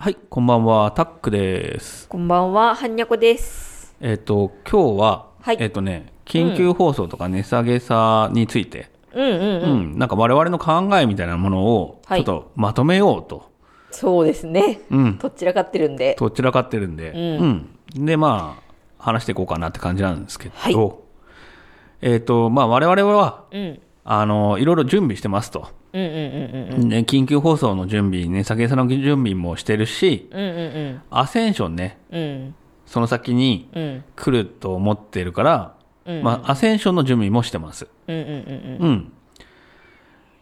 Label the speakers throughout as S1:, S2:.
S1: はい、こんばんは、タックです。
S2: こんばんは、はんにゃこです。
S1: えっ、と、今日は、
S2: はい
S1: えっ、とね、緊急放送とか値下げさについて、
S2: うんうん
S1: う。ん、なんか我々の考えみたいなものを、ち
S2: は
S1: ょ
S2: い
S1: っとまとめようと。
S2: そうですね。
S1: うん、
S2: どちらかってるんで。
S1: どちらかってるんで、
S2: うん
S1: うんで、まあ、話していこうかなって感じなんですけど、
S2: はい
S1: えっ、と、まあ、我々は、
S2: うん。うん
S1: あの、いろいろ準備してますと。
S2: うんうん
S1: ね、緊急放送の準備、値下げさの準備もしてるし、
S2: うん。うんうん
S1: アセンションね、
S2: うん。うん
S1: その先に、
S2: うん。
S1: 来ると思ってるから、
S2: うん
S1: まあ、アセンションの準備もしてます。
S2: うんうんうん
S1: うん。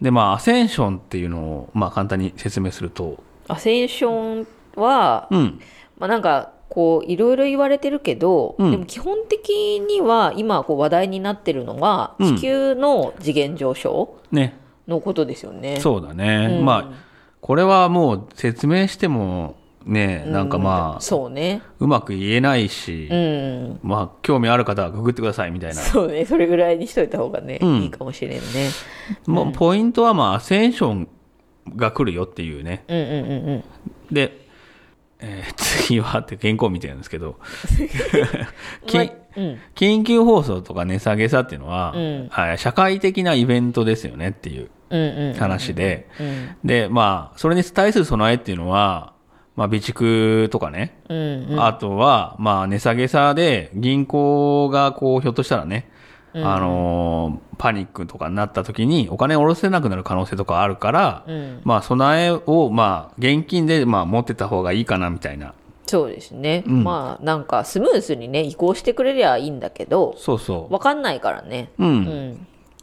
S1: で、まあ、アセンションっていうのを、まあ、簡単に説明すると、
S2: アセンションは、
S1: うん。
S2: まあなんか、こう、いろいろ言われてるけど、
S1: うん
S2: でも基本的には、今、こう、話題になってるのは、
S1: うん
S2: 地球の次元上昇
S1: ね。
S2: のことですよね。
S1: そうだね。
S2: うん
S1: まあ、これはもう説明しても、ね、なんかまあ、
S2: そうね。
S1: うまく言えないし
S2: う、ん。
S1: まあ、興味ある方はググってくださいみたいな。
S2: そうね。それぐらいにしといた方がね、
S1: うん
S2: いいかもしれんね。
S1: もう、ポイントはまあ、アセンションが来るよっていうね。
S2: うんうんうんうん。
S1: で、えー 次はって原稿見てるんですけ ど、き
S2: まあうん。
S1: 緊急放送とか値下げさっていうのは、
S2: うん
S1: あ社会的なイベントですよねっていう
S2: うんうん
S1: 話で、
S2: うん
S1: で、まあ、それに対する備えっていうのは、まあ、備蓄とかね、
S2: うん
S1: あとは、まあ、値下げさで銀行がこう、ひょっとしたらね、あのーパニックとかになった時にお金を下ろせなくなる可能性とかあるから、
S2: うん
S1: まあ、備えを、まあ、現金で、まあ、持ってた方がいいかなみたいな。
S2: そうですね、
S1: うん
S2: まあなんかスムーズにね移行してくれりゃいいんだけど
S1: そうそ
S2: 分かんないからね
S1: う。うん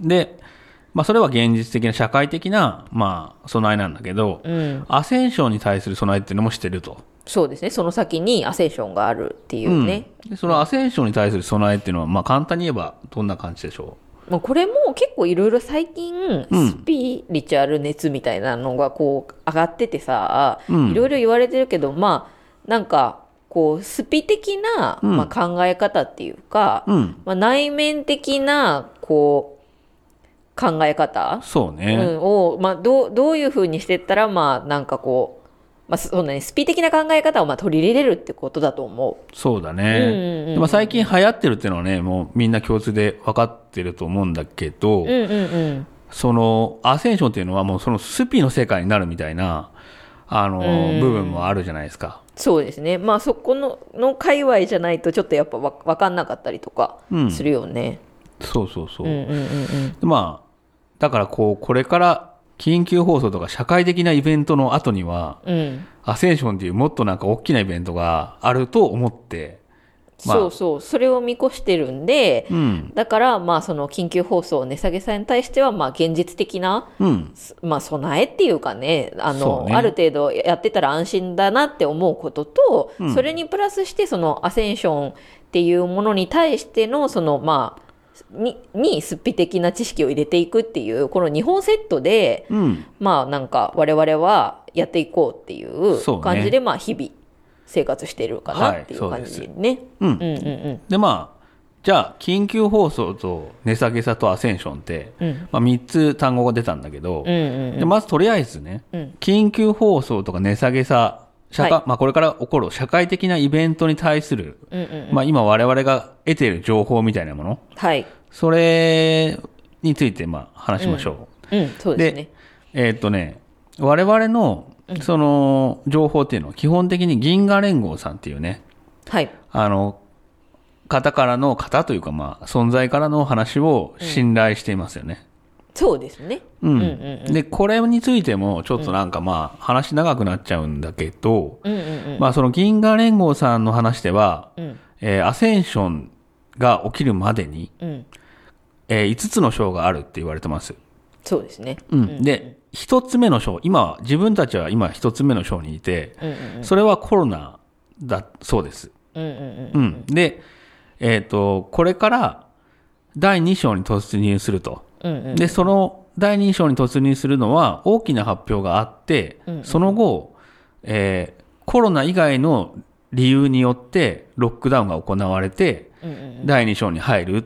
S2: う。ん
S1: で、まあ、それは現実的な社会的な、まあ、備えなんだけど、
S2: うん
S1: アセンションに対する備えっていうのもしてると。
S2: そうですねその先にアセンションがあるっていうね、
S1: うんでそのアセンションに対する備えっていうのは、まあ、簡単に言えばどんな感じでしょ
S2: まあ、これも結構いろいろ最近
S1: うん
S2: スピリチュアル熱みたいなのがこう上がっててさ
S1: うん
S2: いろいろ言われてるけどまあなんかこうスピ的な、
S1: うん
S2: まあ、考え方っていうか、
S1: う。うん。
S2: まあ、内面的なこう考え方
S1: そう
S2: う
S1: ね。
S2: ん、を、まあ、どうどういうふうにしてったら、まあ、なんかこう、まあそうね、スピ的な考え方をまあ取り入れれるってことだと思
S1: そうだ
S2: う
S1: ね。
S2: んうんうん
S1: でも最近流行ってるっていうのはね、もうみんな共通で分かってると思うんだけど、
S2: う。うんうんうん。
S1: そのアセンションっていうのはもうそのスピの世界になるみたいな、あの、
S2: うん
S1: 部分もあるじゃないですか。
S2: そうですね。まあ、そこの、の界隈じゃないと、ちょっとやっぱわわかんなかったりとか
S1: うん
S2: するよね。
S1: そうそうそうう。
S2: んうんうんうん。
S1: でまあ、だからこう、これから緊急放送とか社会的なイベントの後には、
S2: うん。
S1: アセンションっていうもっとなんか大きなイベントがあると思って、まあ
S2: そうそう。それを見越してるんで、
S1: うん、
S2: だから、まあ、その緊急放送値下げさんに対しては、まあ、現実的な、
S1: うん、
S2: すまあ、備えっていうかねあ
S1: そ
S2: の
S1: うね
S2: ある程度やってたら安心だなって思うことと、
S1: うん
S2: それにプラスしてそのアセンションっていうものに対してのそのまあににすっぴ的な知識を入れていくっていうこの2本セットで
S1: うん、
S2: まあなんか我々はやっていこうってい
S1: そう
S2: う
S1: ね
S2: 感じでまあ日々生活してるかなっていう
S1: はい
S2: 感
S1: そう
S2: じ
S1: で
S2: でね。
S1: うん
S2: う。んうん
S1: で、まあ、じゃあ、緊急放送と値下げさとアセンションって、
S2: うんうん
S1: まあ、3つ単語が出たんだけど、
S2: うんうん
S1: でまずとりあえずね、
S2: うん
S1: 緊急放送とか値下げさ、社会
S2: は
S1: まあ、これから起こる社会的なイベントに対する、
S2: うんうん
S1: まあ、今我々が得ている情報みたいなもの、
S2: はい、
S1: それについて、まあ、話しましょ。
S2: うん、そううですね。
S1: えーっとね、我々の、その、情報っていうのは、基本的に銀河連合さんっていうね、
S2: はい
S1: あの、方からの、方というか、まあ、存在からの話を信頼していますよね。
S2: そうですね。
S1: うん。
S2: うんうん
S1: で、これについても、ちょっとなんかまあ、話長くなっちゃうんだけど、
S2: うんうんうん
S1: まあ、その銀河連合さんの話では、
S2: うん
S1: えーアセンションが起きるまでに、
S2: うん
S1: え5つの章があるって言われてます。
S2: そうですね。
S1: うん、で、一つ目の章、今は、自分たちは今一つ目の章にいて、
S2: うんうん
S1: それはコロナだそうです。
S2: うんうん
S1: うん、で、えっ、と、これから第2章に突入すると。
S2: うんうん
S1: で、その第2章に突入するのは大きな発表があって、その後、えーコロナ以外の理由によってロックダウンが行われて、
S2: うんうん
S1: 第2章に入る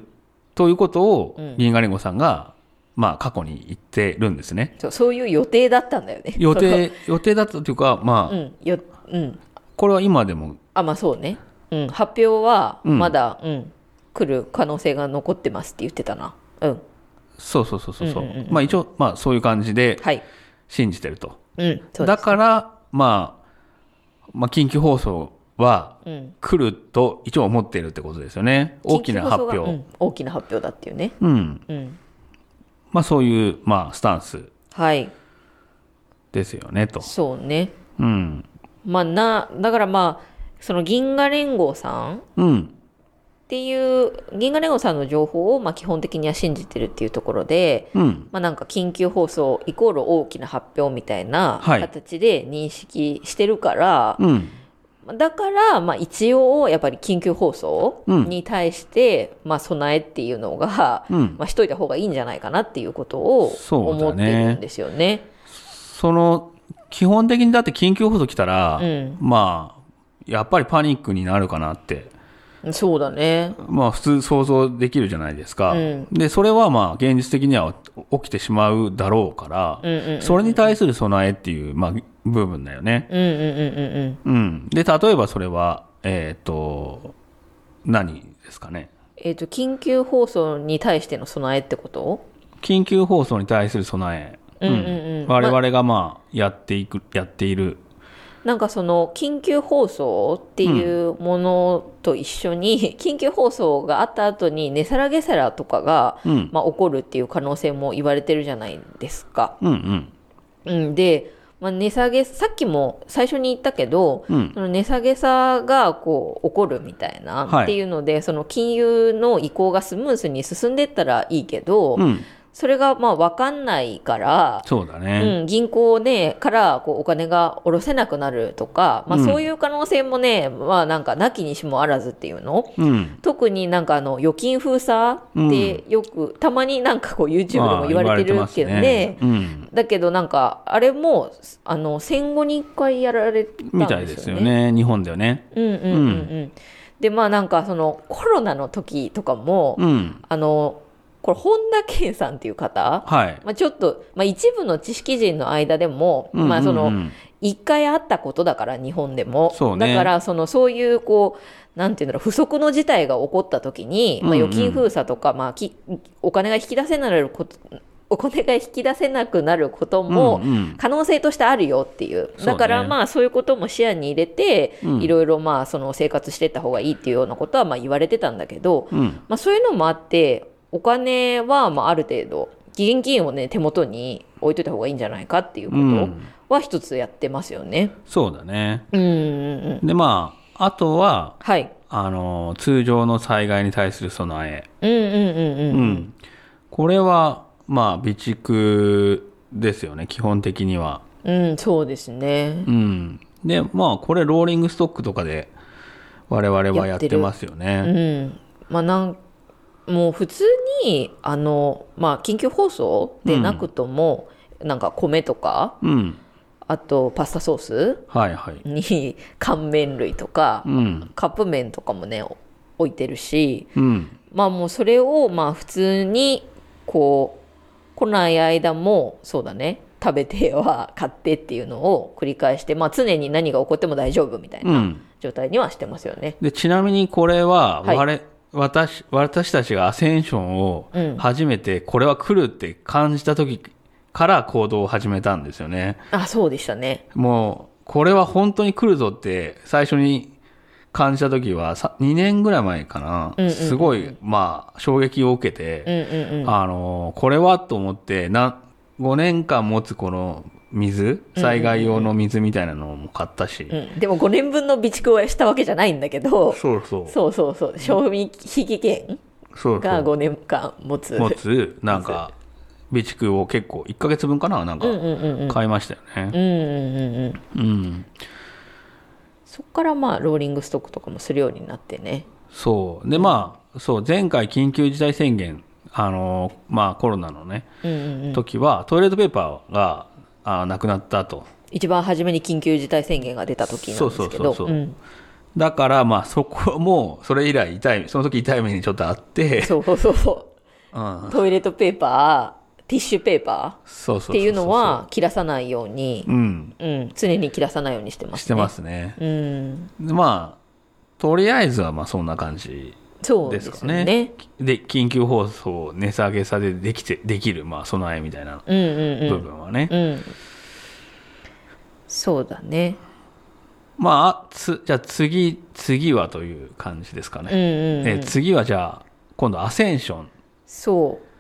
S1: ということを、銀河連合さんがまあ、過去に行ってるんです ね。
S2: そうそういう予定だったんだよね。
S1: 予定、予定だったというか、ま
S2: う
S1: あ、
S2: ん、ようん、
S1: これは今でも、
S2: あまあそうね、うん、発表は
S1: うん
S2: まだ、うん来る可能性が残ってますって言ってたな、うん、
S1: そうそうそうそうそう,、
S2: うんうんうん
S1: まあ一応、まあそういう感じで
S2: はい、
S1: 信じてると。
S2: うん、そうで
S1: だ
S2: す、
S1: から、まあ、まあ、近畿放送は
S2: うん、
S1: 来ると一応思っているってことですよね。大きな発表。
S2: 緊急放送がうん大きな発表だっていうね、
S1: うん。
S2: うん、
S1: まあそういう、まあスタンス
S2: はい、
S1: ですよね、と。
S2: そうね、
S1: うん。
S2: まあな、だからまあ、その銀河連合さんっ
S1: うん。
S2: ていう、銀河連合さんの情報をまあ基本的には信じてるっていうところで、
S1: うん。
S2: まあ、なんか緊急放送イコール大きな発表みたいな
S1: はい
S2: 形で認識してるから、
S1: うん。
S2: だから、まあ、一応やっぱり緊急放送
S1: うん
S2: に対して、まあ、備えっていうのが、
S1: うん。
S2: まあ、しといた方がいいんじゃないかなっていうことを
S1: そう
S2: 思
S1: だね
S2: ってるんですよね。
S1: その、基本的にだって緊急放送来たら、
S2: うん
S1: まあ、やっぱりパニックになるかなって、
S2: そうだね。
S1: まあ普通想像できるじゃないですか。
S2: うん
S1: で、それはまあ現実的には起きてしまうだろうから、
S2: うんうん
S1: それに対する備えっていう、まあ、部分だよね。
S2: うんうんうんうんうん。
S1: うん。で、例えばそれは、えっ、と、何ですかね。
S2: えっ、と、緊急放送に対しての備えってこと
S1: 緊急放送に対する備え。
S2: うんうんうん
S1: 我々がまあ、やっていく、やっている。
S2: なんかその緊急放送っていうものと一緒に、 緊急放送があった後に値下らげ下らとかが、
S1: うん。
S2: まあ、起こるっていう可能性も言われてるじゃないですか。
S1: うんうん。
S2: うん、で、まあ、値下げさっきも最初に言ったけど、
S1: うん
S2: その値下げ差がこう起こるみたいな、
S1: はい
S2: っていうのでその金融の移行がスムーズに進んでったらいいけど、
S1: うん。
S2: それがまあ分かんないから、
S1: そうだね。
S2: うん、銀行、ね、からこうお金が下ろせなくなるとか、まあ、
S1: うん
S2: そういう可能性もね、まあ、なんかなきにしもあらずっていうの
S1: うん。
S2: 特になんかあの預金封鎖ってよく、たまになんかこう YouTube でも言われ
S1: ま
S2: てるけど
S1: あ言わ
S2: ね。
S1: れてますね
S2: だけどなんかあれもあの戦後に一回やられたんです
S1: うん。
S2: よね。
S1: みたいですよね。日本ではね。
S2: うんうんうんうん。でまあなんかそのコロナの時とかも、
S1: うん。
S2: あのこれ本田健さんっていう方、
S1: はい。
S2: まあ、ちょっと、まあ、一部の知識人の間でも、
S1: うんうんうん
S2: まあその一回あったことだから日本でも
S1: そうね
S2: だからそのそういうこうなんていうんだろう不測の事態が起こった時に、まあ、
S1: うんうん
S2: 預金封鎖とか、まあ、きお金が引き出せなくなることお金が引き出せなくなることも
S1: うんうん
S2: 可能性としてあるよっていう、
S1: そうね
S2: だからまあそういうことも視野に入れて、
S1: うん
S2: いろいろまあその生活してった方がいいっていうようなことはまあ言われてたんだけど、
S1: うん。
S2: まあ、そういうのもあってお金はまあある程度現金をね手元に置いといた方がいいんじゃないかっていうこ
S1: うん
S2: とは一つやってますよね。
S1: そうだね。
S2: うんうんうん
S1: で、まあ、あとは、
S2: はい。
S1: あの、通常の災害に対する備え。
S2: うんうんうんうん。
S1: うん。これは、まあ、備蓄ですよね、基本的には。
S2: うん、そうですね。
S1: うん。で、まあ、これ、ローリングストックとかで、我々はやってますよ
S2: う
S1: ね。
S2: ん。まあなん、もう普通に、あの、まあ緊急放送でなくとも、なんか米とか、
S1: うん。
S2: あとパスタソース
S1: はいはい。
S2: に 乾麺類とか
S1: う、ん。
S2: カップ麺とかもね、置いてるし、
S1: うん。。
S2: まあもうそれをまあ普通にこう来ない間もそうだね食べては買ってっていうのを繰り返して、まあ、常に何が起こっても大丈夫みたいうなん状態にはしてますよね。
S1: で、ちなみにこれは、
S2: はい
S1: 我々、私、私たちがアセンションを
S2: うん
S1: 初めて、これは来るって感じた時から行動を始めたんですよね。
S2: あそうでしたね。
S1: もう、これは本当に来るぞって、最初に感じた時は、さ2年ぐらい前かな、
S2: うんうんうん
S1: すごい、まあ、衝撃を受け
S2: うん
S1: て、
S2: うん
S1: あの、これはと思って、な、5年間持つこの水、災害用の水みたいなのも買ったし、
S2: うん、うん、でも5年分の備蓄はしたわけじゃないんだけど
S1: そうそう。
S2: そうそうそう賞味期限
S1: そうそう
S2: が5年間持つ。
S1: 持つ、なんか、備蓄を結構、1ヶ月分かななんか
S2: う、んうんうんうん
S1: 買いましたよ
S2: う
S1: ね。
S2: んうんうんうん、
S1: うん。
S2: そこからまあローリングストックとかもするようになってね。
S1: そう。で、まあ、そう、前回緊急事態宣言、あの、まあ、コロナのね、
S2: うんうんうん、
S1: 時は、トイレットペーパーが、あなくなったと。
S2: 一番初めに緊急事態宣言が出た時なんですけど
S1: そうそうそうそう
S2: うん
S1: だから、まあ、そこも、それ以来痛い、その時痛い目にちょっとあって、
S2: そうそうそう
S1: うん。
S2: トイレットペーパーティッシュペーパ
S1: そうそうそ
S2: ーっ
S1: うそう
S2: ていうのは切らさないように、
S1: うん
S2: うん、常に切らさないようにしてます、ね、
S1: してますね
S2: うん
S1: まあとりあえずはまあそんな感じ
S2: そう
S1: で
S2: ですす
S1: か
S2: よ
S1: ね
S2: ね
S1: で緊急放送値下げさでできてできるまあ備えみたいな
S2: うんうんう
S1: 部
S2: ん、
S1: 分はね、
S2: うん、そうだね
S1: まあつじゃあ次次はという感じですか
S2: うん
S1: ね、
S2: うん、う
S1: え
S2: ん
S1: 次はじゃあ今度アセンション
S2: そう